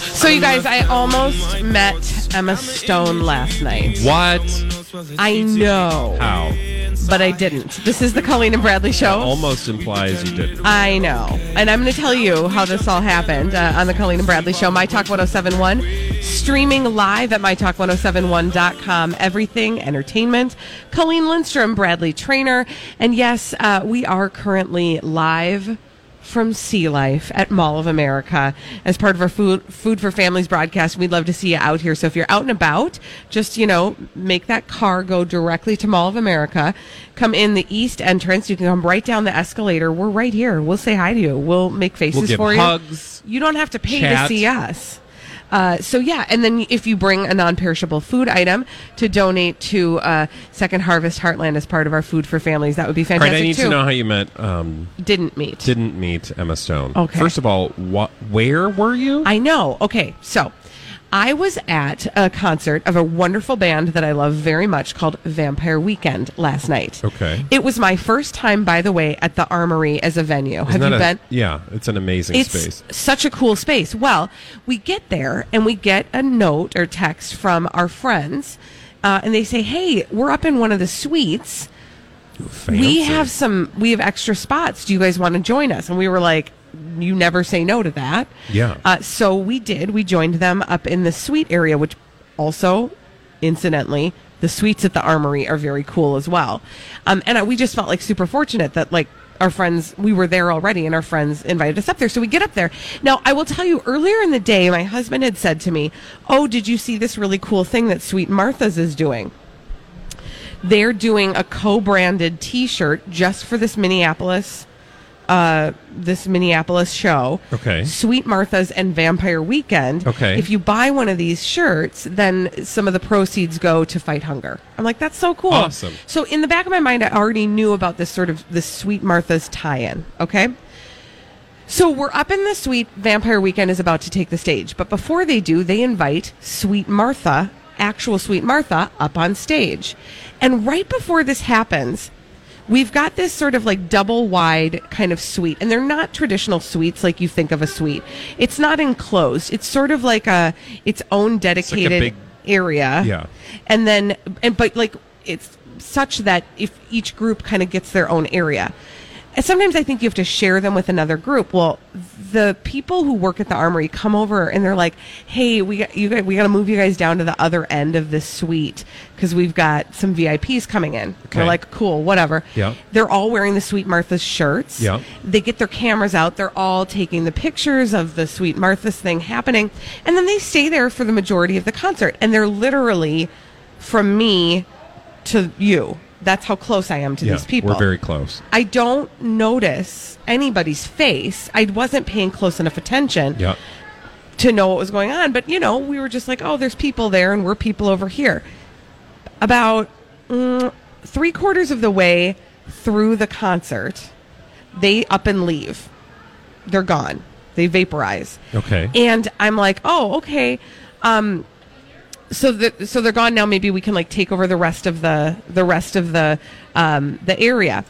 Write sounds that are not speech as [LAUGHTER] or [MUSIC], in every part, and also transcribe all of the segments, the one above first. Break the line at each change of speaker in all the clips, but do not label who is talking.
So, you guys, I almost met Emma Stone last night.
What?
I know,
How?
but I didn't. This is the Colleen and Bradley show.
Almost implies you did.
I know. And I'm going to tell you how this all happened uh, on the Colleen and Bradley Show, My Talk 1071, streaming live at MyTalk1071.com. Everything entertainment. Colleen Lindstrom, Bradley Trainer. And yes, uh, we are currently live from Sea Life at Mall of America as part of our food food for families broadcast. We'd love to see you out here. So if you're out and about, just you know, make that car go directly to Mall of America. Come in the east entrance. You can come right down the escalator. We're right here. We'll say hi to you. We'll make faces
We'll give
for
hugs.
you. You don't have to pay to
Chat.
see us. Uh, so yeah, and then if you bring a non-perishable food item to donate to uh, Second Harvest Heartland as part of our Food for Families, that would be
All
fantastic
right, I need
too.
to know how you met, um,
Didn't meet.
didn't meet Emma Stone.
Okay.
First of all, what, where were you?
I know. Okay, so I was at a concert of a wonderful band that I love very much called Vampire Weekend last night.
Okay.
It was my first time, by the way, at the Armory as a venue.
Isn't
Have you
that a-
been?
Yeah, it's an amazing
It's
space.
such a cool space. Well, we get there and we get a note or text from our friends, uh, and they say, "Hey, we're up in one of the suites."
Fancy.
we have some we have extra spots do you guys want to join us and we were like you never say no to that
Yeah.
uh, so we did we joined them up in the suite area which also incidentally the suites at the armory are very cool as well um, and I, we just felt like super fortunate that like our friends we were there already and our friends invited us up there so we get up there now i will tell you earlier in the day my husband had said to me oh did you see this really cool thing that sweet martha's is doing they're doing a co-branded T-shirt just for this Minneapolis, uh, this Minneapolis show.
Okay.
Sweet Martha's and Vampire Weekend.
Okay.
If you buy one of these shirts, then some of the proceeds go to fight hunger. I'm like, that's so cool.
Awesome.
So in the back of my mind, I already knew about this sort of this Sweet Martha's tie-in. Okay. So we're up in the suite. Vampire Weekend is about to take the stage, but before they do, they invite Sweet Martha, actual Sweet Martha, up on stage. And right before this happens, we've got this sort of like double wide kind of suite, and they're not traditional suites like you think of a suite. It's not enclosed. It's sort of like a its own dedicated
big-
area.
Yeah.
And then and but like it's such that if each group kind of gets their own area. And sometimes I think you have to share them with another group. Well, the people who work at the armory come over and they're like, "Hey, we got you guys, we got to move you guys down to the other end of this suite because we've got some VIPs coming in." We're
Okay.
like, "Cool, whatever."
Yeah.
They're all wearing the Sweet Martha's shirts.
Yeah.
They get their cameras out. They're all taking the pictures of the Sweet Martha's thing happening. And then they stay there for the majority of the concert. And they're literally from me to you. That's how close I am to
yeah,
these people.
We're very close.
I don't notice anybody's face. I wasn't paying close enough attention
Yeah.
to know what was going on. But, you know, we were just like, oh, there's people there and we're people over here. About mm, three quarters of the way through the concert, they up and leave. They're gone. They vaporize.
Okay.
And I'm like, oh, okay. Um, so the, so they're gone now. Maybe we can like take over the rest of the the rest of the um, the area.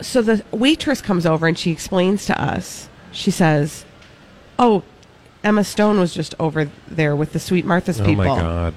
So the waitress comes over and she explains to us. She says, "Oh, Emma Stone was just over there with the Sweet Martha's
oh
people."
my God.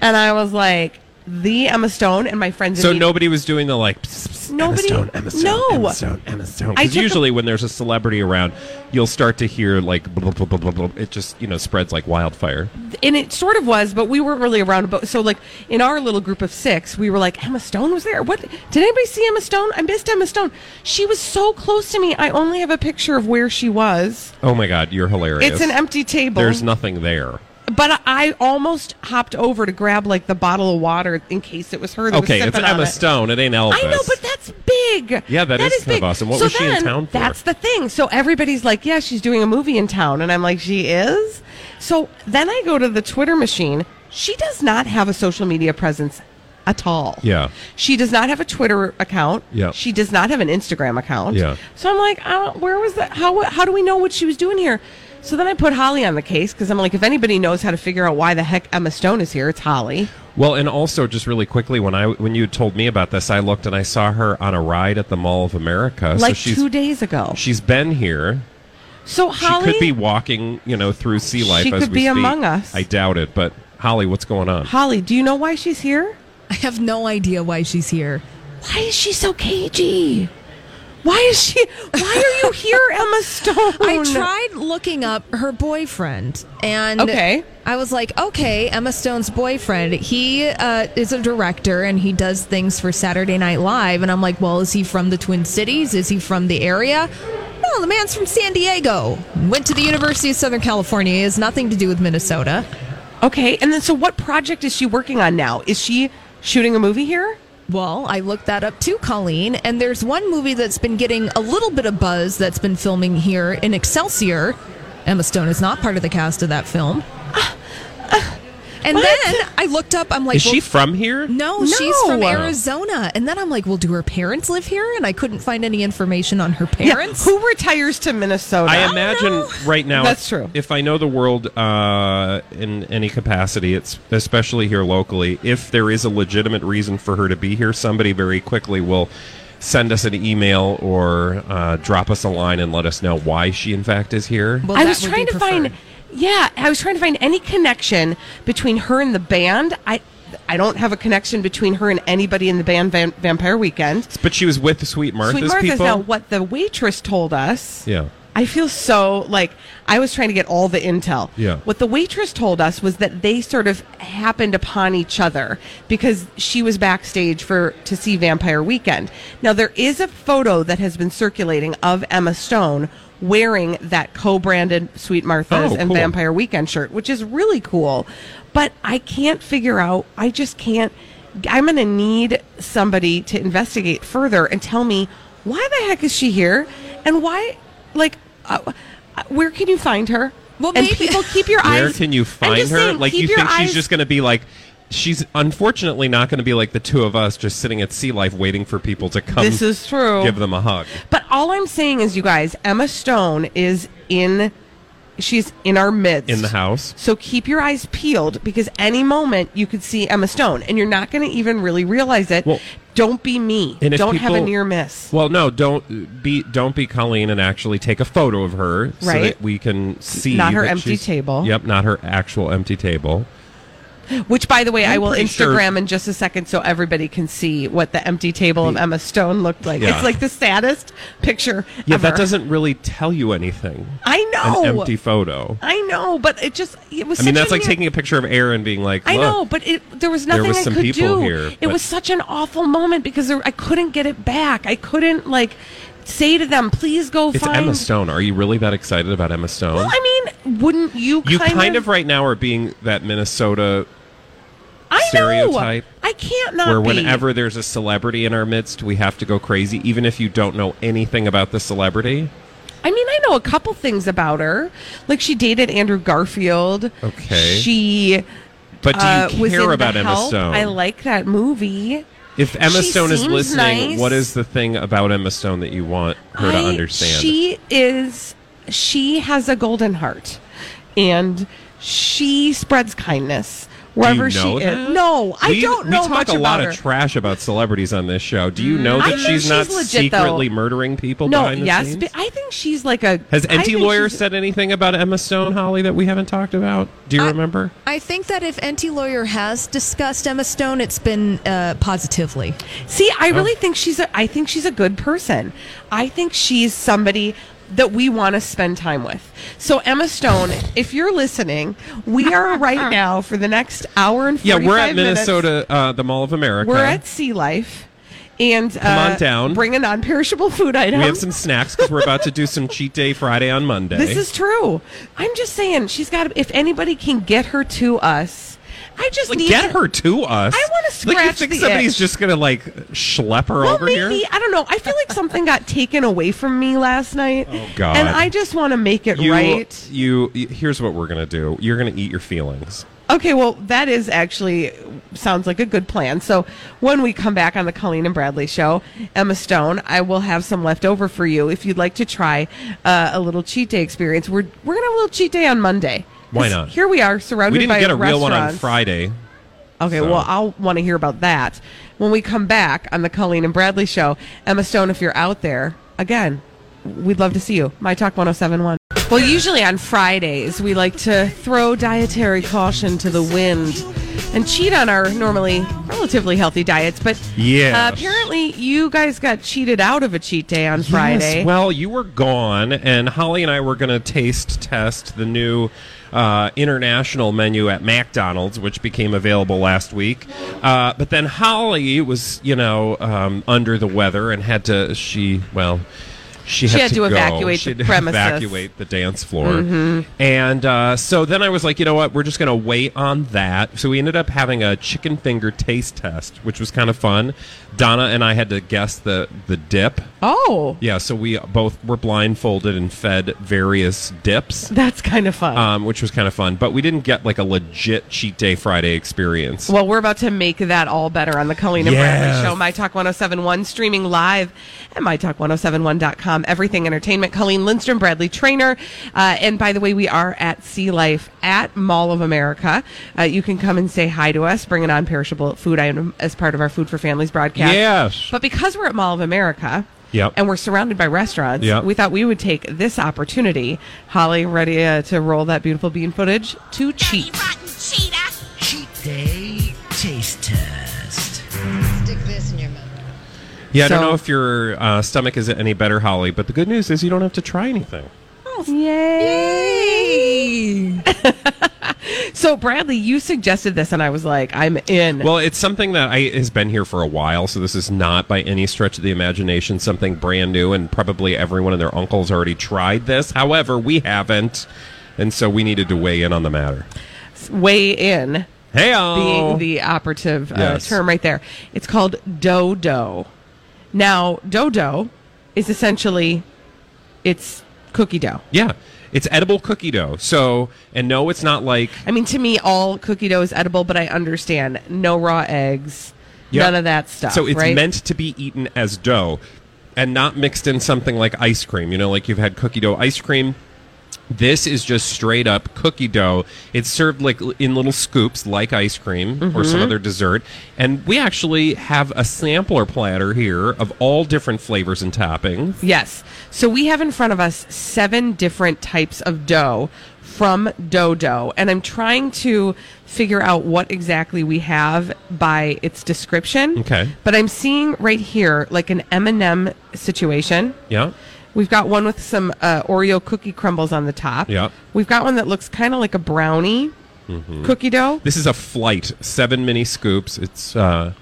And I was like, the Emma Stone and my friends.
So
immediately-
nobody was doing the like. Pss, pss,
Nobody-
Emma Stone, Emma Stone,
no.
Emma Stone, Emma Stone.
I
Because
took a-
usually when there's a celebrity around, you'll start to hear like blah, blah, blah, blah, blah. It just you know spreads like wildfire.
and it sort of was, but we weren't really around. But so, like in our little group of six, we were like, Emma Stone was there. What did anybody see Emma Stone? I missed Emma Stone. She was so close to me. I only have a picture of where she was.
Oh my god, you're hilarious.
It's an empty table.
There's nothing there.
but I almost hopped over to grab like the bottle of water in case it was her. That
Okay,
was
it's
sipping on
Emma
it.
Stone. It ain't Elvis.
I know, but that's big.
Yeah, that is kind of awesome. What
so
was she in
then,
town for?
That's the thing. So everybody's like, yeah, she's doing a movie in town. And I'm like, she is? So then I go to the Twitter machine. She does not have a social media presence at all.
Yeah.
She does not have a Twitter account.
Yeah.
She does not have an Instagram account.
Yeah.
So I'm like, uh, where was that? How, how do we know what she was doing here? So then I put Holly on the case because I'm like, if anybody knows how to figure out why the heck Emma Stone is here, it's Holly.
Well, and also just really quickly, when I when you had told me about this, I looked and I saw her on a ride at the Mall of America. so
like
she's
two days ago.
she's been here.
So Holly.
she could be walking, you know, through sea life.
She
as
could be
we speak.
among us.
I doubt it, but Holly, what's going on?
Holly, do you know why she's here?
I have no idea why she's here.
Why is she so cagey? Why is she? Why are you [LAUGHS] here, Emma Stone?
I tried looking up her boyfriend, and
Okay.
I was like, okay, Emma Stone's boyfriend. He uh, is a director, and he does things for Saturday Night Live. And I'm like, well, is he from the Twin Cities? Is he from the area? No, the man's from San Diego. Went to the University of Southern California. He has nothing to do with Minnesota.
Okay, and then so what project is she working on now? Is she shooting a movie here?
Well, I looked that up too, Colleen. And there's one movie that's been getting a little bit of buzz that's been filming here in Excelsior. Emma Stone is not part of the cast of
[SIGHS]
that film. And then I looked up. I'm like,
Is
well,
she from here?
no,
No.
she's from Arizona. And then I'm like, well, do her parents live here? And I couldn't find any information on her parents.
Who retires to Minnesota?
I imagine
know.
right now.
That's
if-
true.
If I know the world uh, in any capacity, it's especially here locally. If there is a legitimate reason for her to be here, somebody very quickly will send us an email or uh, drop us a line and let us know why she, in fact, is here.
Well,
I
that
was
would
trying
be
to find.
preferred.
Yeah, I was trying to find any connection between her and the band. I, I don't have a connection between her and anybody in the band Van, Vampire Weekend.
but she was with Sweet Martha's,
Sweet Martha's.
people.
Now, what the waitress told us.
Yeah.
I feel so like I was trying to get all the intel.
Yeah.
What the waitress told us was that they sort of happened upon each other because she was backstage for to see Vampire Weekend. Now there is a photo that has been circulating of Emma Stone wearing that co-branded Sweet Martha's
Oh,
and
cool.
Vampire Weekend shirt, which is really cool. But I can't figure out. I just can't. I'm going to need somebody to investigate further and tell me why the heck is she here and why like uh, uh, where can you find her?
Well,
and
maybe-
people keep your eyes.
[LAUGHS] Where can you
I'm
find
just
her?
saying,
like
keep
you
your
think
eyes,
she's just going to be like she's unfortunately not going to be like the two of us just sitting at Sea Life waiting for people to come.
This is true.
Give them a hug.
But all I'm saying is, you guys, Emma Stone is in. She's in our midst
In the house.
So keep your eyes peeled because any moment you could see Emma Stone, and you're not going to even really realize it.
Well-
Don't be me.
And if
Don't have a
people-
near miss.
Well, no, don't be don't be Colleen and actually take a photo of her so
Right.
that we can see
Not her
that
empty
she's-
table.
Yep, not her actual empty table.
Which, by the way, i
I'm
will
pretty sure-
Instagram in just a second so everybody can see what the empty table of Emma Stone looked like.
Yeah.
It's like the saddest picture.
Yeah,
ever.
that doesn't really tell you anything.
I know.
An empty photo.
I know, but it just it was.
I
such
mean, that's
a
like
weird-
taking a picture of air and being like,
I
"Look."
know, but it there was nothing
was
I
some
could
people
do.
here,
it
but-
was such an awful moment because there, I couldn't get it back. I couldn't like say to them, "Please go
It's
find."
Emma Stone. Are you really that excited about Emma Stone?
Well, I mean, wouldn't you?
you
kind,
of right now are being that Minnesota
I know.
stereotype
I can't not
where
be.
whenever there's a celebrity in our midst, we have to go crazy, even if you don't know anything about the celebrity.
I mean, I know a couple things about her. Like she dated Andrew Garfield.
Okay.
She
But do you
uh, was in
care about
the
Emma
Help.
Stone?
I like that movie.
if Emma
she
Stone is
seems
listening,
nice.
what is the thing about Emma Stone that you want her to
I-
understand?
She is. She has a golden heart, and she spreads kindness. wherever
you know
she
that?
is. No, I
we,
don't
we
know
talk
much
a
about
lot
her.
of trash about celebrities on this show. Do you know
I
that
think she's
not
legit, though.
secretly murdering people
no,
behind the
yes,
scenes?
but I think she's like a
Has
I think
NT lawyer
she's-
said anything about Emma Stone, Holly, that we haven't talked about? Do you
Uh,
remember?
I think that if NT Lawyer has discussed Emma Stone, it's been uh, positively.
See, I
Oh.
really think she's a I think she's a good person. I think she's somebody that we want to spend time with. So Emma Stone, if you're listening, we are right now for the next hour and
Yeah,
45
we're at
minutes,
Minnesota, uh, the Mall of America.
We're at Sea Life. And uh,
Come on down.
Bring a non-perishable food item.
We have some snacks because we're about to do some cheat day Friday on Monday.
This is true. I'm just saying she's got. to If anybody can get her to us, I just
Like,
need
get her to us.
I wanna
Like, you
scratch
think
the
somebody's
itch.
just gonna like schlep her
Well,
over
maybe
here?
I don't know. I feel like something got taken away from me last night. Oh
God.
And I just want to make it
You,
right.
you, you. Here's what we're gonna do. You're gonna eat your feelings.
Okay. Well, that is actually sounds like a good plan. So when we come back on the Colleen and Bradley show, Emma Stone, I will have some left over for you if you'd like to try uh, a little cheat day experience. We're we're gonna have a little cheat day on Monday.
Why
'Cause
not?
Here we are, surrounded
we didn't
by
get a real one on
restaurants.
Friday.
Okay,
So-
well, I'll want to hear about that when we come back on the Colleen and Bradley show. Emma Stone, if you're out there, again, we'd love to see you. My Talk 1071. Well, usually on Fridays, we like to throw dietary caution to the wind and cheat on our normally relatively healthy diets. But
Yes.
uh, apparently, you guys got cheated out of a cheat day on Friday.
Yes, well, you were gone, and Holly and I were going to taste test the new uh, international menu at McDonald's, which became available last week. Uh, but then Holly was, you know, um, under the weather and had to. She well. She had,
had to
go.
evacuate
She
the
[LAUGHS] had to
premises. Mm-hmm.
evacuate the dance floor, and uh, so then I was like, you know what? We're just going to wait on that. So we ended up having a chicken finger taste test, which was kind of fun. Donna and I had to guess the the dip.
oh,
Yeah, so we both were blindfolded and fed various dips,
that's kind of fun.
um, which was kind of fun. But we didn't get like a legit cheat day Friday experience.
Well, we're about to make that all better on the Colleen and
Yes.
Bradley Show, My Talk 1071, streaming live at MyTalk1071.com. Everything Entertainment. Colleen Lindstrom, Bradley Trainer. Uh, and by the way, we are at Sea Life at Mall of America. Uh, you can come and say hi to us, bring a non perishable food item as part of our Food for Families broadcast.
Yes.
But because we're at Mall of America,
Yep.
and we're surrounded by restaurants,
Yep.
we thought we would take this opportunity. Holly, ready uh, to roll that beautiful bean footage to cheat.
Rotten cheetah.
Cheat Day Taste Test.
Stick this in your mouth.
yeah, I
so-
don't know if your uh, stomach is any better, Holly, but the good news is you don't have to try anything.
[LAUGHS] So Bradley, you suggested this, and I was like, I'm in.
Well, it's something that I has been here for a while, so this is not by any stretch of the imagination something brand new, and probably everyone and their uncles already tried this. However, we haven't, and so we needed to weigh in on the matter.
way in
Hey,
being the operative uh,
Oh. Yes.
term right there. It's called dodo. Now, dodo is essentially it's cookie dough.
Yeah, it's edible cookie dough. So, and no, it's not like
I mean, to me, all cookie dough is edible, but I understand no raw eggs,
Yep.
none of that stuff.
So it's
right?
meant to be eaten as dough, and not mixed in something like ice cream. You know, like you've had cookie dough ice cream. This is just straight up cookie dough. It's served like l- in little scoops, like ice cream or
Mm-hmm.
some other dessert. And we actually have a sampler platter here of all different flavors and toppings.
Yes. So we have in front of us seven different types of dough from Dodo. And I'm trying to figure out what exactly we have by its description.
Okay.
But I'm seeing right here like an M&M situation.
Yeah.
We've got one with some uh, Oreo cookie crumbles on the top.
Yeah. Mm-hmm.
We've got one that looks kind of like a brownie cookie dough.
This is a flight, seven mini scoops. It's, uh,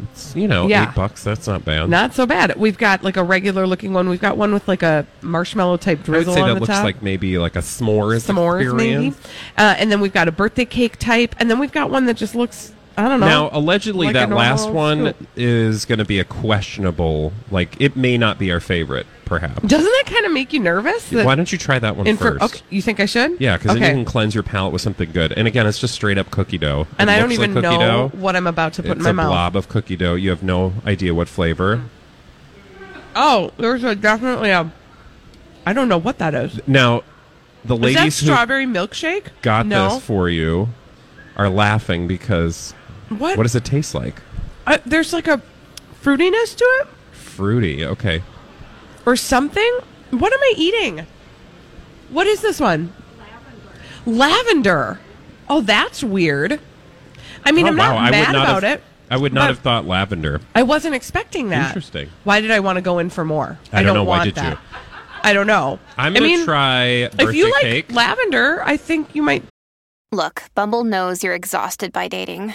it's you know,
Yeah.
eight bucks. That's not bad.
Not so bad. We've got like a regular looking one. We've got one with like a marshmallow type
I would
drizzle
say
on
that
the
looks
top.
like maybe like a s'mores,
s'mores maybe.
experience.
Uh, and then we've got a birthday cake type, and then we've got one that just looks I don't know.
Now, allegedly,
like a
that
normal
last one
scoop.
is going to be a questionable. Like, it may not be our favorite, perhaps.
doesn't that kind of make you nervous? that-
Why don't you try that one
in
first?
for- okay, you think I should?
Yeah, because
okay.
then you can cleanse your palate with something good. And again, it's just straight up cookie dough. It
and I don't
looks
even
like cookie
know
dough.
what I'm about to put
It's
in my
a
mouth. Mm.
blob of cookie dough. You have no idea what flavor.
Oh, there's a definitely a. I don't know what that is.
Now, the
Is that
ladies who
strawberry milkshake?
got
no.
this for you are laughing because
What?
what does it taste like?
Uh, there's like a fruitiness to it
Fruity. Okay.
or something. What am I eating? What is this one? Lavender. Oh, that's weird. I mean,
Oh,
I'm
wow,
not mad about
have,
it.
I would not
but-
have thought lavender.
I wasn't expecting that.
Interesting.
Why did I want to go in for more?
I don't know, why
want
did you?
that. I don't know.
I'm
I
gonna
mean,
try birthday
If you like
cake.
lavender, I think you might.
Look, Bumble knows you're exhausted by dating.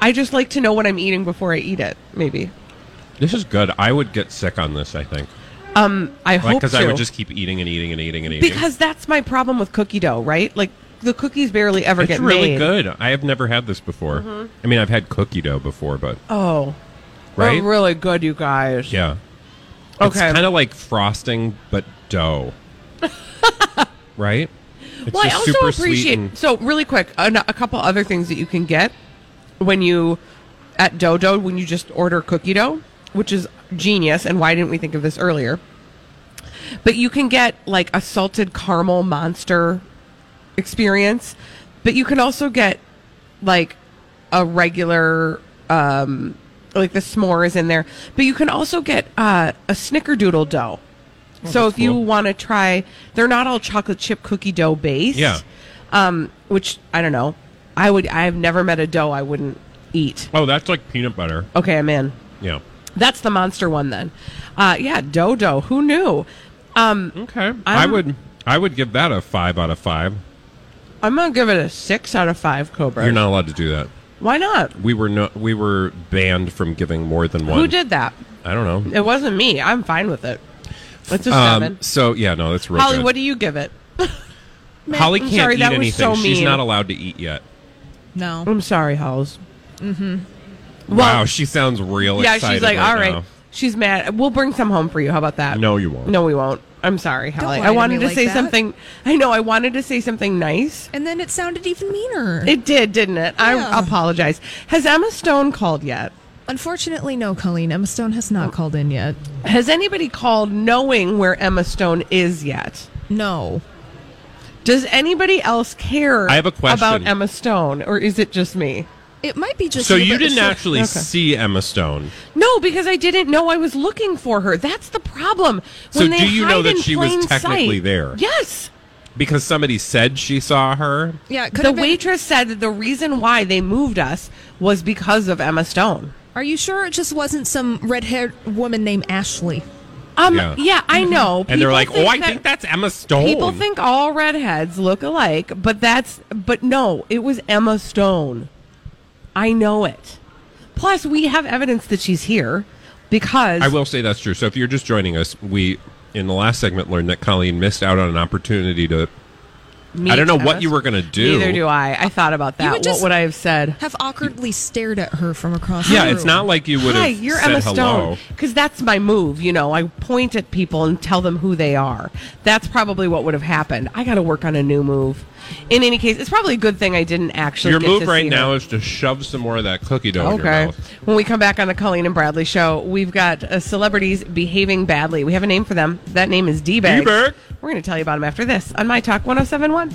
I just like to know what I'm eating before I eat it. Maybe.
This is good. I would get sick on this. I think
Um, I hope
because
so.
I would just keep eating and eating and eating and eating.
because that's my problem with cookie dough, right? Like the cookies barely ever
it's
get
really
made. Mm-hmm.
good. I have never had this before. I mean, I've had cookie dough before, but
Oh,
right?
they're really good, you guys.
yeah.
Okay.
It's kind of like frosting, but
[LAUGHS]
dough. right. It's
well, I
just
also
super sweet
appreciate.
and-
So, really quick, a, a couple other things that you can get when you at Dodo when you just order cookie dough, which is genius. And why didn't we think of this earlier? But you can get like a salted caramel monster experience, but you can also get like a regular um like the s'more is in there, but you can also get uh, a snickerdoodle dough. so if you
Oh, cool.
want to try, they're not all chocolate chip cookie dough based.
Yeah.
Um, which I don't know. I would. I've never met a dough I wouldn't eat.
oh, that's like peanut butter.
Okay, I'm in.
Yeah.
That's the monster one then. Uh, yeah, dodo. Who knew? Um,
Okay. i would. I would give that a five out of five.
I'm gonna give it a six out of five. Cobra.
You're not allowed to do that.
Why not?
We were no, We were banned from giving more than one.
Who did that?
I don't know.
It wasn't me. I'm fine with it. It's a
Um,
seven.
so yeah, no, that's really
Holly,
good.
what do you give it?
Holly
I'm
can't
sorry,
eat
that was so
anything. She's
mean.
not allowed to eat yet.
No.
I'm sorry, Halls.
wow, she sounds real
Mm-hmm. Yeah,
excited.
she's like, all right.
now.
She's mad. We'll bring some home for you. How about that?
No, you won't.
No, we won't. I'm sorry, Holly.
lie
I
to
wanted
me
to
like
say
that.
something. I know. I wanted to say something nice.
And then it sounded even meaner.
It did, didn't it?
Yeah.
I apologize. Has Emma Stone called yet?
Unfortunately, no, Colleen. Emma Stone has
Oh.
not called in yet.
Has anybody called knowing where Emma Stone is yet?
No.
Does anybody else care
I have a question.
about Emma Stone or is it just me?
It might be just.
So
but
you didn't
sure-
actually see Emma Stone.
No, because I didn't know I was looking for her. That's the problem.
So
When they
do you know
hide
that
in
she was
plain
technically
sight-
there?
Yes.
because somebody said she saw her.
Yeah. Could
the
have been-
waitress said that the reason why they moved us was because of Emma Stone.
Are you sure it just wasn't some red-haired woman named Ashley?
Um,
Yeah.
yeah, I
Mm-hmm.
know.
And they're
People
like, "Oh, I
that-
think that's Emma Stone."
People think all redheads look alike, but that's but no, it was Emma Stone. I know it. Plus, we have evidence that she's here because
I will say that's true. So if you're just joining us, we in the last segment learned that Colleen missed out on an opportunity to.
meet
I don't know what
Emma-
you were going to do.
Neither do I. I thought about
You would
that.
just-
what would I have said?
Have awkwardly stared at her from across.
Yeah,
the
it's
room.
not like you would have
Hi, you're
said
Emma
hello.
Stone. Because that's my move. You know, I point at people and tell them who they are. That's probably what would have happened. I got to work on a new move. In any case, it's probably a good thing I didn't actually.
Your
get
move
to
right
see
now
her.
is to shove some more of that cookie dough in your
Okay.
mouth.
When we come back on the Colleen and Bradley show, we've got uh, celebrities behaving badly. We have a name for them. That name is d We're
D-Bag.
going to tell you about them after this on My Talk 1071.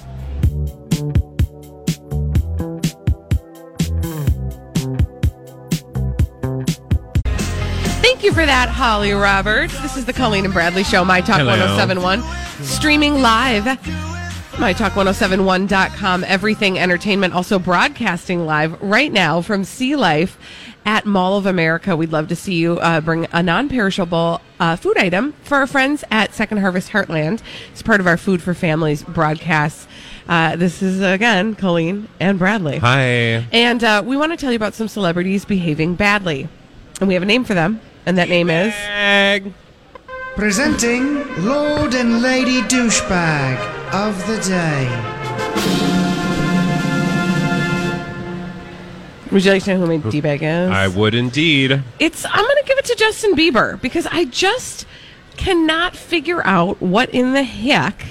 Thank you for that, Holly oh Roberts. This is the Colleen and Bradley Show, My Talk
Hello.
1071, streaming live MyTalk1071.com, everything entertainment, also broadcasting live right now from Sea Life at Mall of America. We'd love to see you uh, bring a non perishable uh, food item for our friends at Second Harvest Heartland. It's part of our Food for Families broadcast. Uh, this is, again, Colleen and Bradley.
Hi.
And uh, we want to tell you about some celebrities behaving badly. And we have a name for them, and that name is.
Presenting Lord and Lady Douchebag of the Day.
Would you like to know who my D bag is?
I would
Uh,
indeed.
it's I'm going to give it to Justin Bieber because I just cannot figure out what in the heck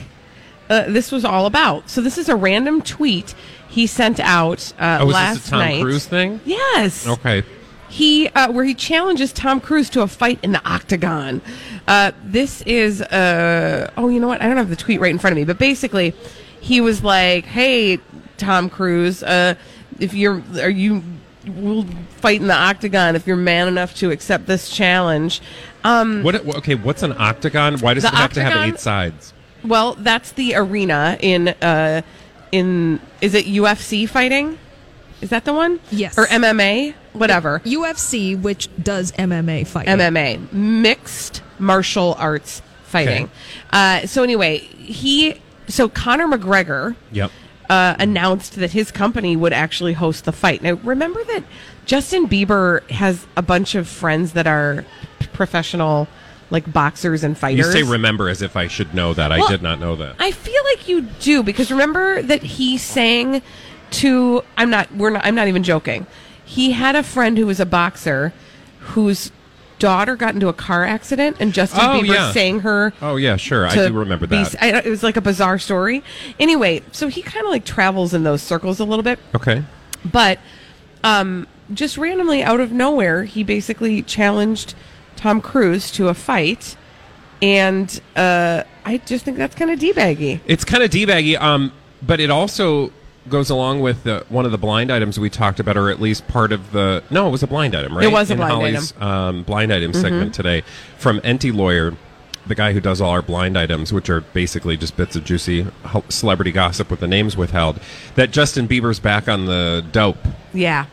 uh, this was all about. So this is a random tweet he sent out uh,
Oh, was
last
this a Tom
night.
Cruise thing?
Yes.
Okay.
He uh, where he challenges Tom Cruise to a fight in the octagon. Uh, this is uh, oh, you know what? I don't have the tweet right in front of me, but basically, he was like, "Hey, Tom Cruise, uh, if you're are you will fight in the octagon if you're man enough to accept this challenge." Um,
What? Okay. What's an octagon? Why does
The
it have to have
octagon-
eight sides?
well, that's the arena in uh, in is it UFC fighting? Is that the one?
Yes.
Or MMA? Whatever.
UFC, which does MMA fighting.
MMA, mixed martial arts fighting.
Okay.
Uh, so anyway, he so Conor McGregor
Yep.
uh, announced that his company would actually host the fight. Now remember that Justin Bieber has a bunch of friends that are professional like boxers and
You
fighters.
say remember as if I should know that. I
Well,
did not know that.
I feel like you do because remember that he sang to I'm not we're not I'm not even joking. He had a friend who was a boxer whose daughter got into a car accident and Justin
Oh,
Bieber
yeah.
sang her
oh yeah, sure. I
to
do remember
be-
that.
I- it was like a bizarre story. Anyway, so he kind of like travels in those circles a little bit,
okay.
but um just randomly out of nowhere, he basically challenged Tom Cruise to a fight and uh I just think that's kind of debaggy.
It's kind of debaggy, um, but it also goes along with the, one of the blind items we talked about, or at least part of the. No, it was a blind item, right?
It was a
In
blind Mm-hmm.
Holly's, Um, blind item segment today from Enti Lawyer, the guy who does all our blind items, which are basically just bits of juicy ho- celebrity gossip with the names withheld. That Justin Bieber's back on the dope,
Yeah.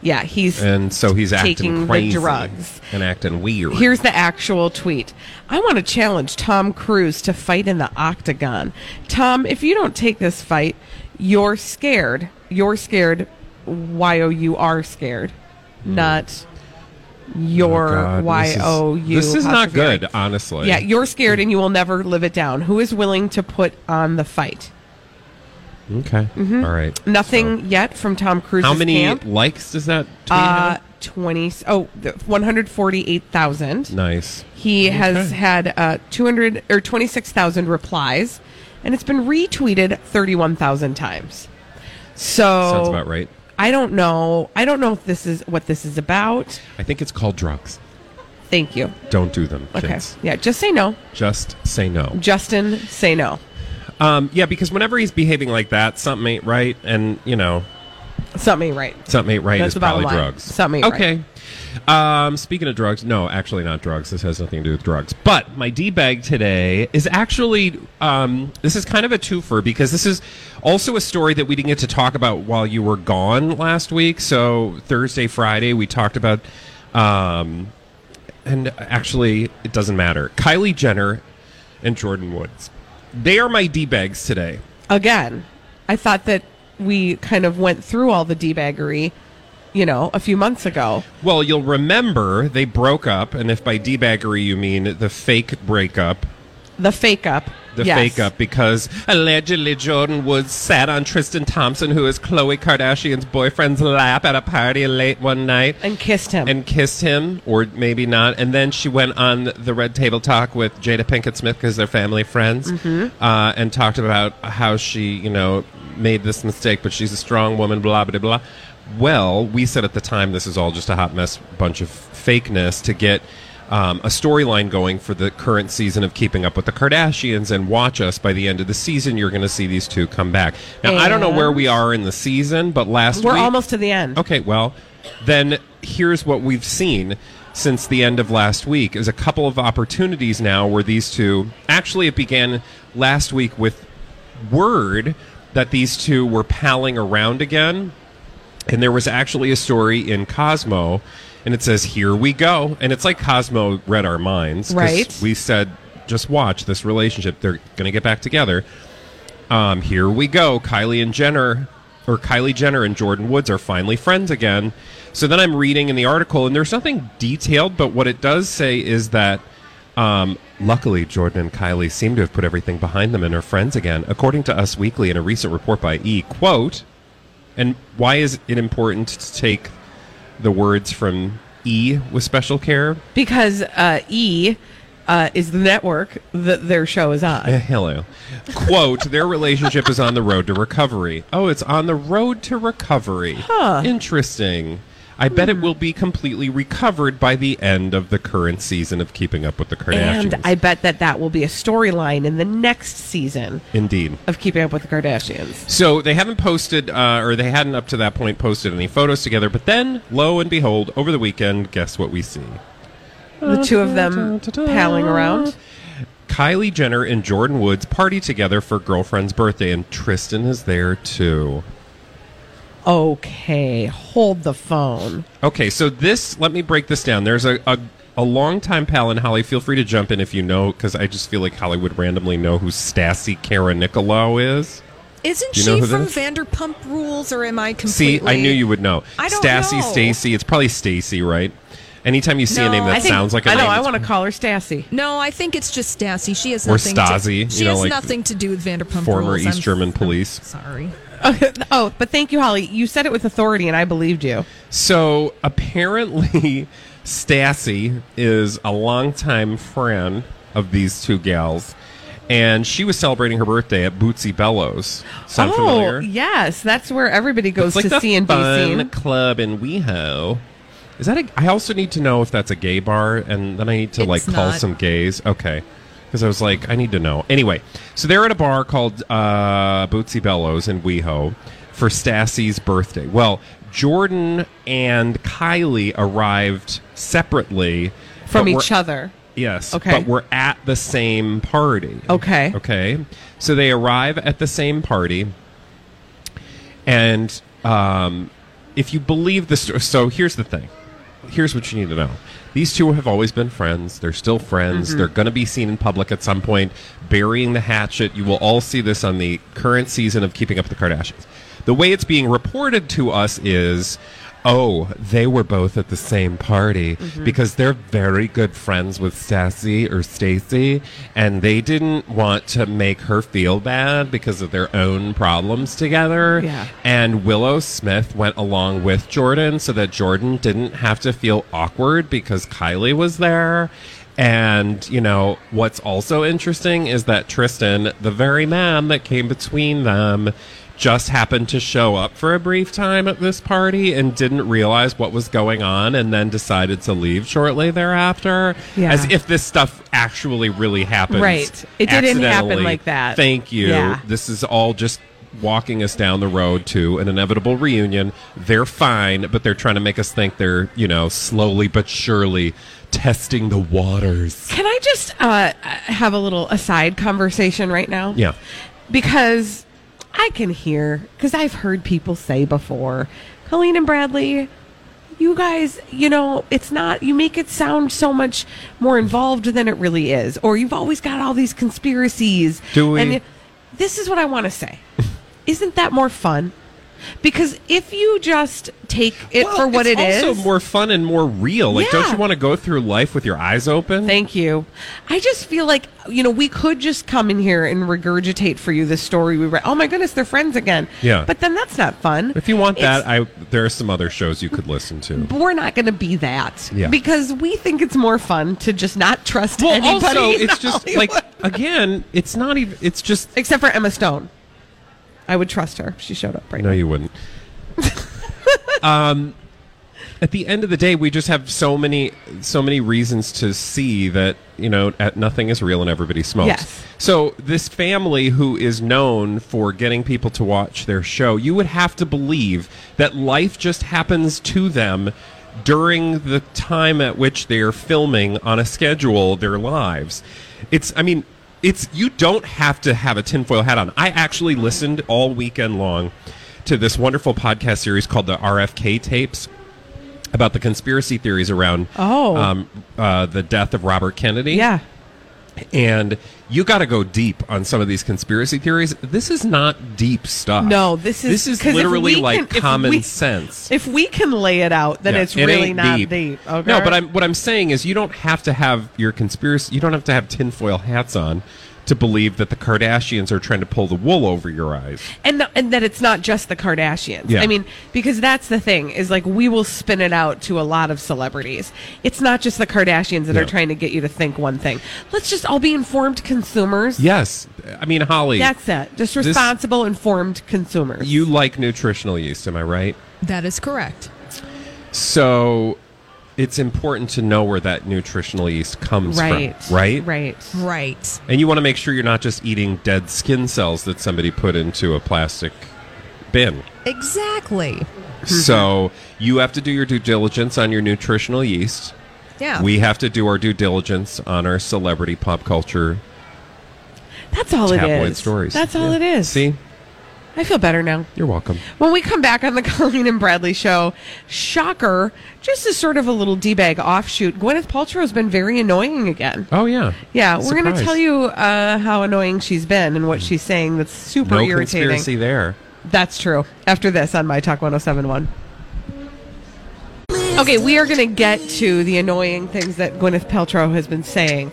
Yeah, he's
and so he's acting
Taking the
crazy
drugs.
and acting weird.
Here's the actual tweet. I want to challenge Tom Cruise to fight in the octagon. Tom, if you don't take this fight, you're scared. You're scared. Y O U are scared. Not your
Hmm. Oh, God,
Y
this is-
O U.
This is not
apostrophe.
good, honestly.
Yeah, you're scared and you will never live it down. Who is willing to put on the fight?
Okay.
Mm-hmm.
All right.
Nothing yet from Tom Cruise's
How many
camp.
likes does that tweet
Uh,
have?
20 oh the 148,000.
Nice.
He has had uh, 200 or 26,000 replies, and it's been retweeted 31,000 times. So
Sounds about right.
I don't know. I don't know if this is what this is about.
I think it's called drugs.
Thank you.
Don't do them,
Okay.
kids.
Yeah. Just say no,
Just say no.
Justin. Say no.
Um, yeah, because whenever he's behaving like that, something ain't right, and you know,
Something ain't right.
something ain't right
That's
is
the bottom
probably
line.
drugs.
Something ain't
okay. Um, speaking of drugs, no, actually not drugs. This has nothing to do with drugs. But my d bag today is actually um, this is kind of a twofer because this is also a story that we didn't get to talk about while you were gone last week. So Thursday, Friday, we talked about um, and actually it doesn't matter. Kylie Jenner and Jordan Woods. They are my D bags today.
Again, I thought that we kind of went through all the debaggery, you know, a few months ago.
Well, you'll remember they broke up, and if by debaggery you mean the fake breakup,
The fake up.
the
Yes.
fake up, because allegedly Jordan Woods sat on Tristan Thompson, who is Khloe Kardashian's boyfriend's lap at a party late one night.
And kissed him.
and kissed him, or maybe not. And then she went on the Red Table Talk with Jada Pinkett Smith because they're family friends,
Mm-hmm.
uh, and talked about how she, you know, made this mistake, but she's a strong woman, blah, blah, blah. Well, we said at the time this is all just a hot mess, bunch of fakeness to get. Um, a storyline going for the current season of Keeping Up with the Kardashians, and watch us by the end of the season. You're going to see these two come back. Now, I don't know where we are in the season, but last
We're
week,
almost to the end.
Okay, well, then here's what we've seen since the end of last week is a couple of opportunities now where these two actually it began last week with word that these two were palling around again. And there was actually a story in Cosmo, and it says, Here we go. And it's like Cosmo read our minds. 'cause
Right.
We said, Just watch this relationship. They're going to get back together. Um, here we go. Kylie and Jenner, or Kylie Jenner and Jordan Woods are finally friends again. So then I'm reading in the article, and there's nothing detailed, but what it does say is that um, luckily Jordan and Kylie seem to have put everything behind them and are friends again, according to Us Weekly in a recent report by E. Quote, and why is it important to take the words from E with special care?
because uh, E uh, is the network that their show is on.
Eh, Hello. Quote, their relationship is on the road to recovery. Oh, it's on the road to recovery. Interesting. I bet it will be completely recovered by the end of the current season of Keeping Up with the Kardashians.
And I bet that that will be a storyline in the next season
Indeed.
of Keeping Up with the Kardashians.
So they haven't posted, uh, or they hadn't up to that point posted any photos together, but then, lo and behold, over the weekend, guess what we see?
The two of them palling around.
Kylie Jenner and Jordan Woods party together for girlfriend's birthday, and Tristan is there too.
Okay, hold the phone.
Okay, so this, let me break this down. There's a, a, a longtime pal, and Holly, feel free to jump in if you know, because I just feel like Holly would randomly know who Stassi Kara Nicolau is.
Isn't
Do you
she
know who
from
that
Vanderpump Rules, or am I completely?
See, I knew you would know.
I don't
Stassi,
know.
Stacy, it's probably Stacy, right? Anytime you see a
No.
name that
I think-
sounds like a
I know.
name,
I
it's
want to call her Stassi.
No, I think it's just Stassi. She has
Or
nothing.
Stasi,
To, she
you know,
has
like
nothing to do with Vanderpump
former
Rules.
East German police.
Sorry.
oh, but thank you, Holly. You said it with authority, and I believed you.
So apparently, [LAUGHS] Stassi is a longtime friend of these two gals, and she was celebrating her birthday at Bootsy Bellows. Sound
oh,
familiar?
yes, that's where everybody goes
It's like
to
the
see and be
fun
seen.
club in WeHo. Is that a? I also need to know if that's a gay bar, and then I need to
It's
like call
not.
some gays. Okay, because I was like, I need to know. Anyway, so they're at a bar called uh, Bootsy Bellows in WeHo for Stassi's birthday. Well, Jordan and Kylie arrived separately
From
but
each
were-
other.
Yes.
Okay.
But we're at the same party.
Okay.
Okay. So they arrive at the same party. And um, if you believe the story, so here's the thing. Here's what you need to know. These two have always been friends. They're still friends. They're going to be seen in public at some point, burying the hatchet. You will all see this on the current season of Keeping Up with the Kardashians. The way it's being reported to us is oh, they were both at the same party because they're very good friends with Sassy or Stacy, and they didn't want to make her feel bad because of their own problems together.
Yeah.
And Willow Smith went along with Jordan so that Jordan didn't have to feel awkward because Kylie was there. And, you know, what's also interesting is that Tristan, the very man that came between them, just happened to show up for a brief time at this party and didn't realize what was going on and then decided to leave shortly thereafter.
Yeah.
As if this stuff actually really happened.
Right. It didn't happen
accidentally.
like that.
Thank you.
Yeah.
This is all just walking us down the road to an inevitable reunion. They're fine, but they're trying to make us think they're, you know, slowly but surely testing the waters.
Can I just uh, have a little aside conversation right now?
Yeah.
Because I can hear, because I've heard people say before, Colleen and Bradley, you guys, you know, it's not, you make it sound so much more involved than it really is. Or you've always got all these conspiracies.
Do we?
And this is what I want to say. Isn't that more fun? Because if you just take it for what
it's
it is,
also more fun and more real. Like,
Yeah.
don't you want to go through life with your eyes open?
Thank you. I just feel like you know we could just come in here and regurgitate for you the story we read. Oh my goodness, they're friends again.
Yeah.
but then that's not fun.
if you want
It's-
that, I there are some other shows you could listen to.
we're not going to be that
Yeah.
because we think it's more fun to just not trust anybody.
also,
in
it's just
Hollywood.
like again, it's not even. It's just
except for Emma Stone. I would trust her. She showed up right
No,
now.
you wouldn't. um, at the end of the day, we just have so many, so many reasons to see that you know, at nothing is real and everybody smokes.
Yes.
So this family who is known for getting people to watch their show, you would have to believe that life just happens to them during the time at which they are filming on a schedule their lives. It's, I mean. it's you don't have to have a tinfoil hat on. I actually listened all weekend long to this wonderful podcast series called the RFK tapes about the conspiracy theories around
Oh.
um, uh, the death of Robert Kennedy.
Yeah.
and you got to go deep on some of these conspiracy theories. This is not deep stuff.
No, this is
this is
'cause if
literally
we
like
can- if
common
we-
sense.
If we can lay it out, then
Yeah,
it's
it
really
ain't
not deep. Okay.
No, but I'm what I'm saying is you don't have to have your conspiracy. You don't have to have tinfoil hats on to believe that the Kardashians are trying to pull the wool over your eyes.
and the, and that it's not just the Kardashians.
Yeah.
I mean, because that's the thing is like we will spin it out to a lot of celebrities. It's not just the Kardashians that
Yeah.
are trying to get you to think one thing. Let's just all be informed consumers.
Yes, I mean Holly.
That's it. Just
This-
responsible, informed consumers.
You like nutritional yeast, am I right?
That is correct.
So it's important to know where that nutritional yeast comes
right,
from, right?
right.
Right.
And you want to make sure you're not just eating dead skin cells that somebody put into a plastic bin.
Mm-hmm.
Exactly.
So you have to do your due diligence on your nutritional yeast.
Yeah.
Oh.
We have to do our due diligence on our celebrity pop culture
That's all it
tabloid
is.
stories.
That's all
Yeah.
it is.
See,
I feel better now.
you're welcome.
When we come back on the [LAUGHS] Colleen and Bradley show, shocker, just as sort of a little D bag offshoot, Gwyneth Paltrow has been very annoying again.
Oh yeah,
Yeah, we're going to
Surprise. Mm.
tell you uh, how annoying she's been and what she's saying that's super
No
irritating.
conspiracy there.
That's true. After this on My Talk 1071. Okay, we are going to get to the annoying things that Gwyneth Paltrow has been saying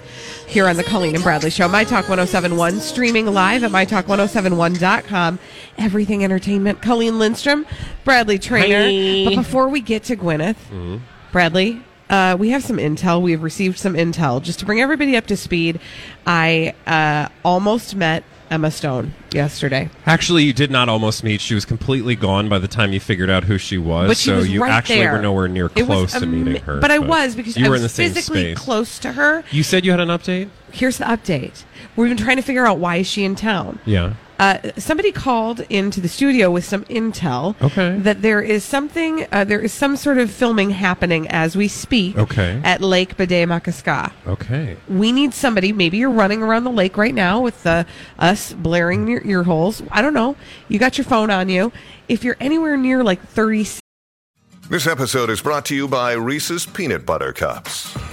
here on the Colleen and Bradley Show. My Talk 1071, streaming live at mytalk1071.com. Everything Entertainment. Colleen Lindstrom, Bradley Trainer. But before we get to Gwyneth, Bradley, uh, we have some intel. We have received some intel. Just to bring everybody up to speed, I uh, almost met Emma Stone yesterday.
Actually, you did not almost meet. She was completely gone by the time you figured out who she was.
But she
so
was
you
right
actually
there.
were nowhere near
It was
close to
ama-
meeting her.
But I was because
you
I
were
was
in the same
physically
space.
close to her.
You said you had an update.
Here's the update. We've been trying to figure out why is she in town.
Yeah.
Uh, somebody called into the studio with some intel
Okay.
that there is something, uh, there is some sort of filming happening as we speak
Okay.
at Lake Bidet Makaska.
Okay.
We need somebody. Maybe you're running around the lake right now with uh, us blaring your ear holes. I don't know. You got your phone on you. If you're anywhere near like 30
This episode is brought to you by Reese's Peanut Butter Cups.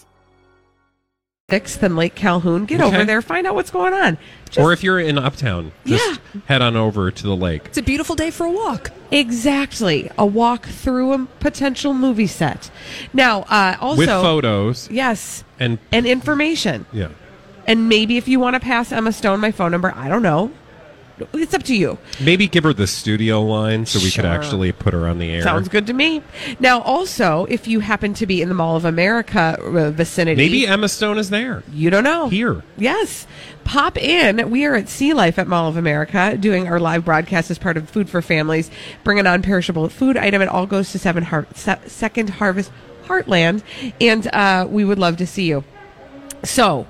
Sixth and Lake Calhoun. Get
Okay.
over there, find out what's going on. Just-
or if you're in Uptown, just head on over to the lake.
It's a beautiful day for a walk.
exactly a walk through a potential movie set. Now, uh, also
With photos
yes,
and
and information,
yeah.
and maybe if you want to pass Emma Stone my phone number, I don't know. It's up to you.
Maybe give her the studio line so we
Sure.
could actually put her on the air.
Sounds good to me. Now, also, if you happen to be in the Mall of America uh, vicinity,
Maybe Emma Stone is there.
You don't know.
Here.
Yes. Pop in. We are at Sea Life at Mall of America doing our live broadcast as part of Food for Families. Bring a non perishable food item. It all goes to seven har- se- Second Harvest Heartland. And uh, we would love to see you. So,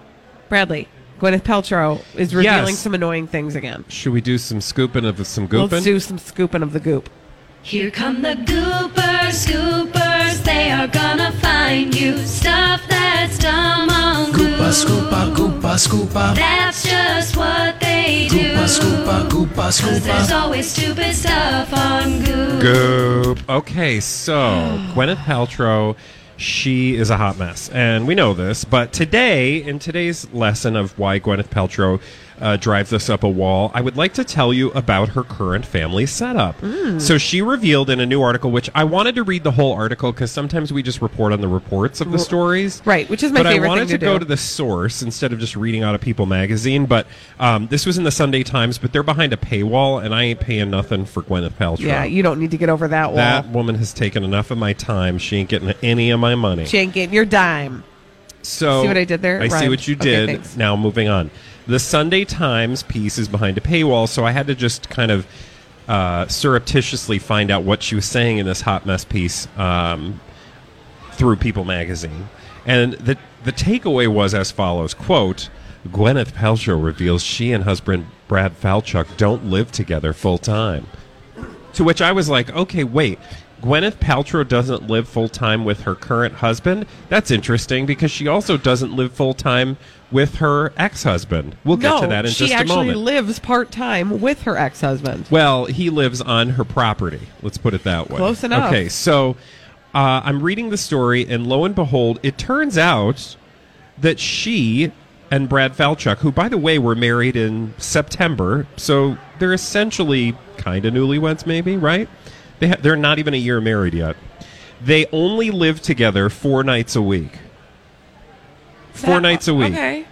Bradley, Gwyneth Paltrow is revealing
Yes.
some annoying things again.
Should we do some scooping of some
Let's
gooping?
do some scooping of the goop.
Here come the goopers, scoopers, they are gonna find you. Stuff that's dumb on Goopa, scoopa, goopa, scoopa. That's just what they do. Goopa, scoopa, goopa, scoopa. Cause there's always stupid stuff on Goop.
Goop.
[SIGHS]
Okay, so Gwyneth Paltrow, she is a hot mess, and we know this. But today, in today's lesson of why Gwyneth Paltrow uh, drive this up a wall. I would like to tell you about her current family setup.
Hmm.
So she revealed in a new article, which I wanted to read the whole article because sometimes we just report on the reports of the stories,
right? Which is my
but
favorite
I wanted
thing to
go
do.
to the source instead of just reading out of People magazine. But um, this was in the Sunday Times, but they're behind a paywall, and I ain't paying nothing for Gwyneth Paltrow.
Yeah, you don't need to get over that wall.
That woman has taken enough of my time. She ain't getting any of my money.
Jenkins, your dime.
So
See what I did there?
I see
Rhymed.
what you
Okay,
did.
thanks.
now moving on. The Sunday Times piece is behind a paywall, so I had to just kind of uh, surreptitiously find out what she was saying in this hot mess piece um, through People magazine. And the the takeaway was as follows: quote Gwyneth Paltrow reveals she and husband Brad Falchuk don't live together full time. To which I was like, okay, wait. Gwyneth Paltrow doesn't live full time with her current husband. That's interesting because she also doesn't live full time with her ex husband. We'll get
no,
to that in
she
just a
actually
moment.
lives part time with her ex husband.
well, he lives on her property. Let's put it that way.
Close enough.
Okay, so uh, I'm reading the story, and lo and behold, it turns out that she and Brad Falchuk, who, by the way, were married in September, so they're essentially kind of newlyweds, maybe, right? They ha- they're not even a year married yet. They only live together four nights a week. Four nights a week.
Okay.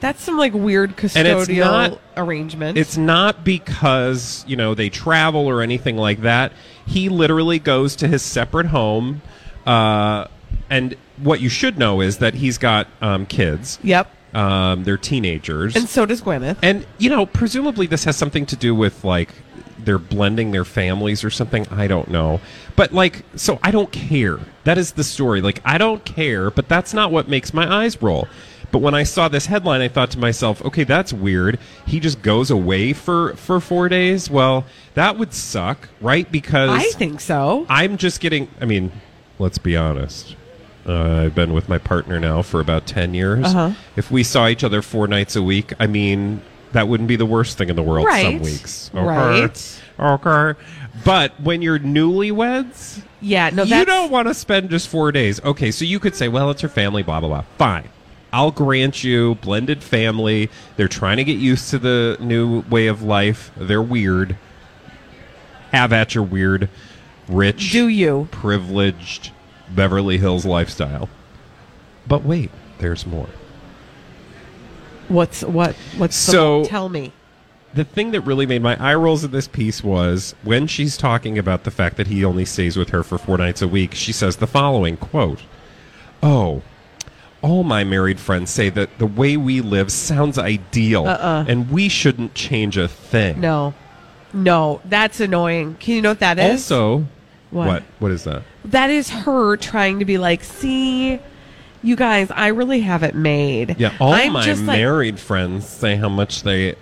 That's some like weird custodial
not-
arrangement.
It's not because, you know, they travel or anything like that. He literally goes to his separate home. Uh, and what you should know is that he's got um, kids.
Yep.
Um, they're teenagers.
and so does Gwyneth.
And you know, presumably this has something to do with like they're blending their families or something. I don't know. But like, so I don't care. That is the story. Like, I don't care, but that's not what makes my eyes roll. But when I saw this headline, I thought to myself, okay, that's weird. He just goes away for, for four days. Well, that would suck, right? Because
I think so.
I'm just getting. I mean, let's be honest. Uh, I've been with my partner now for about ten years.
Uh-huh.
If we saw each other four nights a week, I mean, that wouldn't be the worst thing in the world. Some
Right.
weeks,
Right.
Okay. But when you're newlyweds,
Yeah, no,
you
that's-
don't want to spend just four days. Okay, so you could say, well, it's her family, blah blah blah. Fine. I'll grant you blended family. They're trying to get used to the new way of life. They're weird. Have at your weird, rich,
Do you?
privileged Beverly Hills lifestyle. But wait, there's more.
What's what? What's
So-
the, tell me?
the thing that really made my eye rolls in this piece was when she's talking about the fact that he only stays with her for four nights a week she says the following quote oh all my married friends say that the way we live sounds ideal
Uh-uh.
and we shouldn't change a thing
No, no, that's annoying. Can you know what that is?
also
What?
what what is that
that is her trying to be like, see, you guys, I really have it made.
yeah all
I'm
my
just like-
married friends say how much they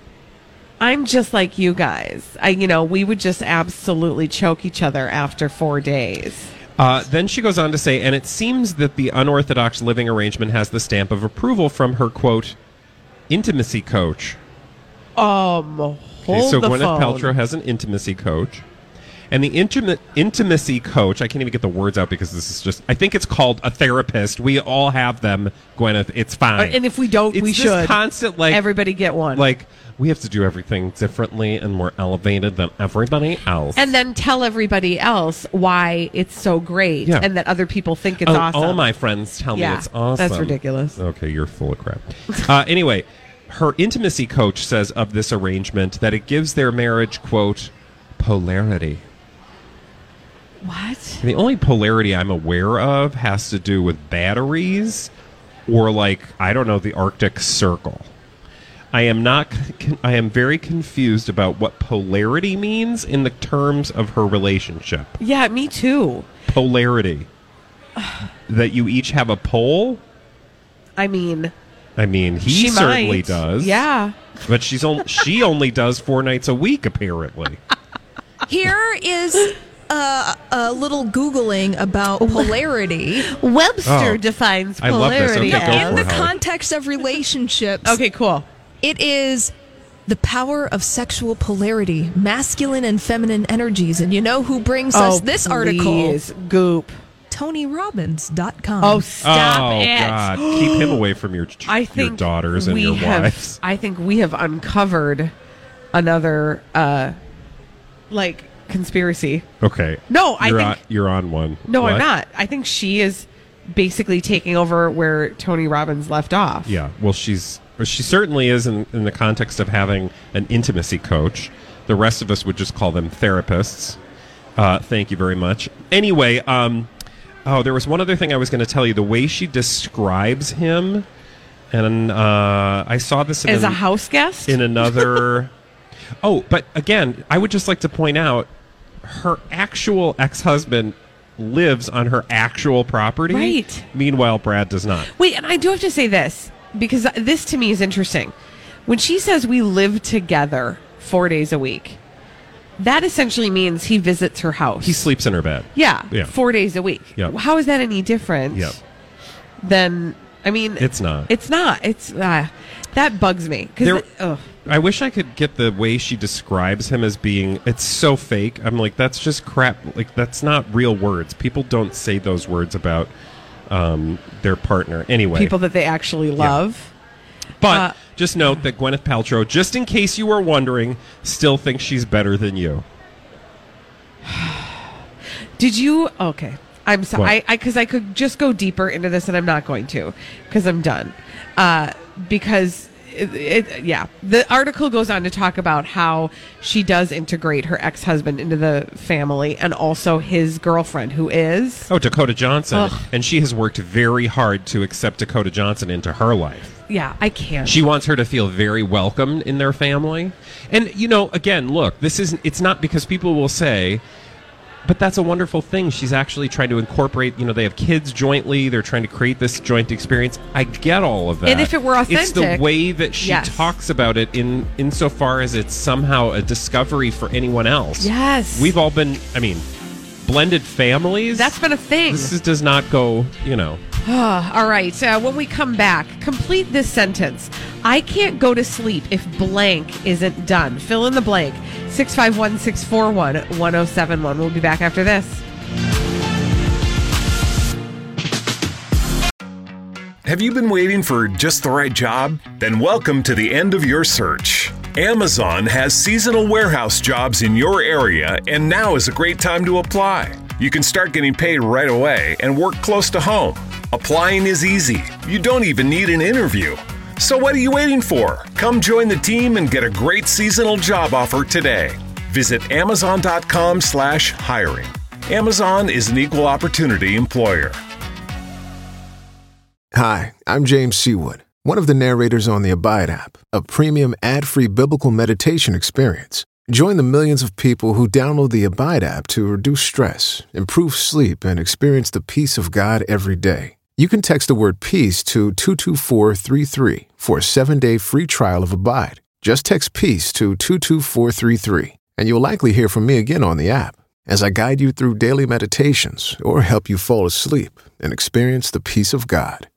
I'm just like you guys. I, you know, we would just absolutely choke each other after four days.
Uh, then she goes on to say, and it seems that the unorthodox living arrangement has the stamp of approval from her quote intimacy coach.
Um, hold
Okay, so
the
Gwyneth
phone.
Paltrow has an intimacy coach, and the intima- intimacy coach. I can't even get the words out because this is just. I think it's called a therapist. We all have them, Gwyneth. It's
Uh,
fine.
and if we don't,
It's
we
this
should.
constant like
Everybody get one.
like we have to do everything differently and more elevated than everybody else.
and then tell everybody else why it's so great
Yeah.
and that other people think it's
Oh,
awesome.
All my friends tell
Yeah,
me it's awesome.
that's ridiculous.
Okay, you're full of crap. [LAUGHS] uh, anyway, her intimacy coach says of this arrangement that it gives their marriage, quote, polarity.
What?
The only polarity I'm aware of has to do with batteries or, like, I don't know, the Arctic Circle. I am not. Con- I am very confused about what polarity means in the terms of her relationship
Yeah, me too.
polarity [SIGHS] that you each have a pole.
I mean,
I mean, he
she
certainly
might.
does.
Yeah.
but she's
[LAUGHS]
on- she only does four nights a week apparently.
Here is uh, a little googling about polarity
Webster
Oh.
defines
I love this.
polarity.
Okay, go
as-
in
for
the
it, Holly.
context of relationships.
Okay, cool.
It is the power of sexual polarity, masculine and feminine energies. And you know who brings us this article?
please, Oh, Goop.
TonyRobbins.com.
Oh, stop
oh,
it. [GASPS]
God. [GASPS] Keep him away from your, ch-
I
your
think
daughters and
we
your
have-
wives.
I think we have uncovered another uh like conspiracy.
Okay.
No, I
you're
think-
on, you're on one.
No, I'm
What?
not. I think she is basically taking over where Tony Robbins left off.
Yeah. Well, she's she certainly is in, in the context of having an intimacy coach. The rest of us would just call them therapists. Uh, thank you very much. Anyway, um, oh, there was one other thing I was going to tell you. The way she describes him, and uh, I saw this in
As a
an-
house guest?
in another. [LAUGHS] oh, but again, I would just like to point out her actual ex-husband lives on her actual property.
Right.
Meanwhile, Brad does not.
Wait, and I do have to say this because this to me is interesting. When she says we live together 4 days a week, that essentially means he visits her house.
He sleeps in her bed.
yeah,
Yeah.
4 days a week.
Yep.
How is that any different
Yep.
than I mean
It's not.
It's not. It's uh, that bugs me
There-
cuz oh,
I wish I could get the way she describes him as being. It's so fake. I'm like, that's just crap. Like, that's not real words. People don't say those words about um, their partner. Anyway,
people that they actually love.
but
uh,
just note that Gwyneth Paltrow, just in case you were wondering, still thinks she's better than you.
Did you? Okay. I'm
What?
sorry. I because I, could just go deeper into this, and I'm not going to because I'm done. Uh, because. It, it, yeah, the article goes on to talk about how she does integrate her ex husband into the family and also his girlfriend, who is
Oh, Dakota Johnson,
Ugh.
and she has worked very hard to accept Dakota Johnson into her life.
yeah, I can't.
She wants her to feel very welcome in their family. And you know, again, look, this isn't it's not because people will say but that's a wonderful thing. She's actually trying to incorporate, you know, they have kids jointly. They're trying to create this joint experience. I get all of that.
And if it were
It's the
authentic-
way that she
Yes.
talks about it in insofar as it's somehow a discovery for anyone else.
Yes.
We've all been, I mean, blended families.
That's been a thing.
This is, does not go, you know.
Ah, [SIGHS] all right. Uh, when we come back, complete this sentence. I can't go to sleep if blank isn't done. Fill in the blank. 651 641 1071. We'll be back after this.
Have you been waiting for just the right job? Then welcome to the end of your search. Amazon has seasonal warehouse jobs in your area, and now is a great time to apply. You can start getting paid right away and work close to home. Applying is easy, you don't even need an interview. So, what are you waiting for? Come join the team and get a great seasonal job offer today. Visit amazon.com slash hiring. Amazon is an equal opportunity employer.
Hi, I'm James Seawood, one of the narrators on the Abide app, a premium ad free biblical meditation experience. Join the millions of people who download the Abide app to reduce stress, improve sleep, and experience the peace of God every day. You can text the word peace to 22433 for a seven day free trial of Abide. Just text peace to 22433, and you'll likely hear from me again on the app as I guide you through daily meditations or help you fall asleep and experience the peace of God.